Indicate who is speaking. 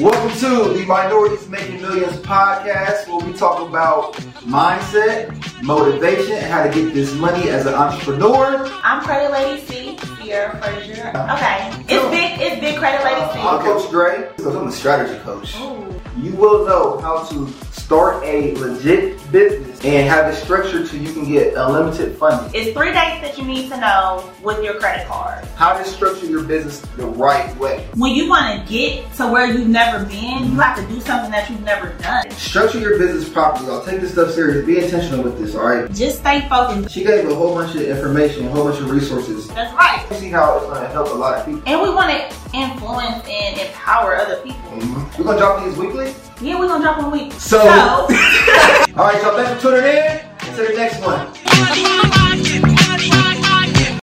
Speaker 1: Welcome to the Minorities Making Millions podcast, where we talk about mindset, motivation, and how to get this money as an entrepreneur.
Speaker 2: I'm Credit Lady C, Sierra Frazier. Okay, it's big, it's big Credit Lady C.
Speaker 1: I'm Coach Dre, because I'm a strategy coach. You will know how to start a legit business and have it structured so you can get unlimited funding.
Speaker 2: It's three dates that you need to know with your credit card.
Speaker 1: How to structure your business the right way.
Speaker 2: When you want to get to where you've never been, you have to do something that you've never done.
Speaker 1: Structure your business properly. I'll take this stuff serious. Be intentional with this, all right?
Speaker 2: Just stay focused.
Speaker 1: She gave a whole bunch of information, a whole bunch of resources.
Speaker 2: That's right.
Speaker 1: You see how it's going to help a lot of people.
Speaker 2: And we want to influence and empower other people.
Speaker 1: Mhm. We're gonna drop these weekly.
Speaker 2: Yeah, we're gonna drop one week.
Speaker 1: So-
Speaker 2: so
Speaker 1: All right, y'all. Thanks for tuning in. See you next one.
Speaker 3: Bye.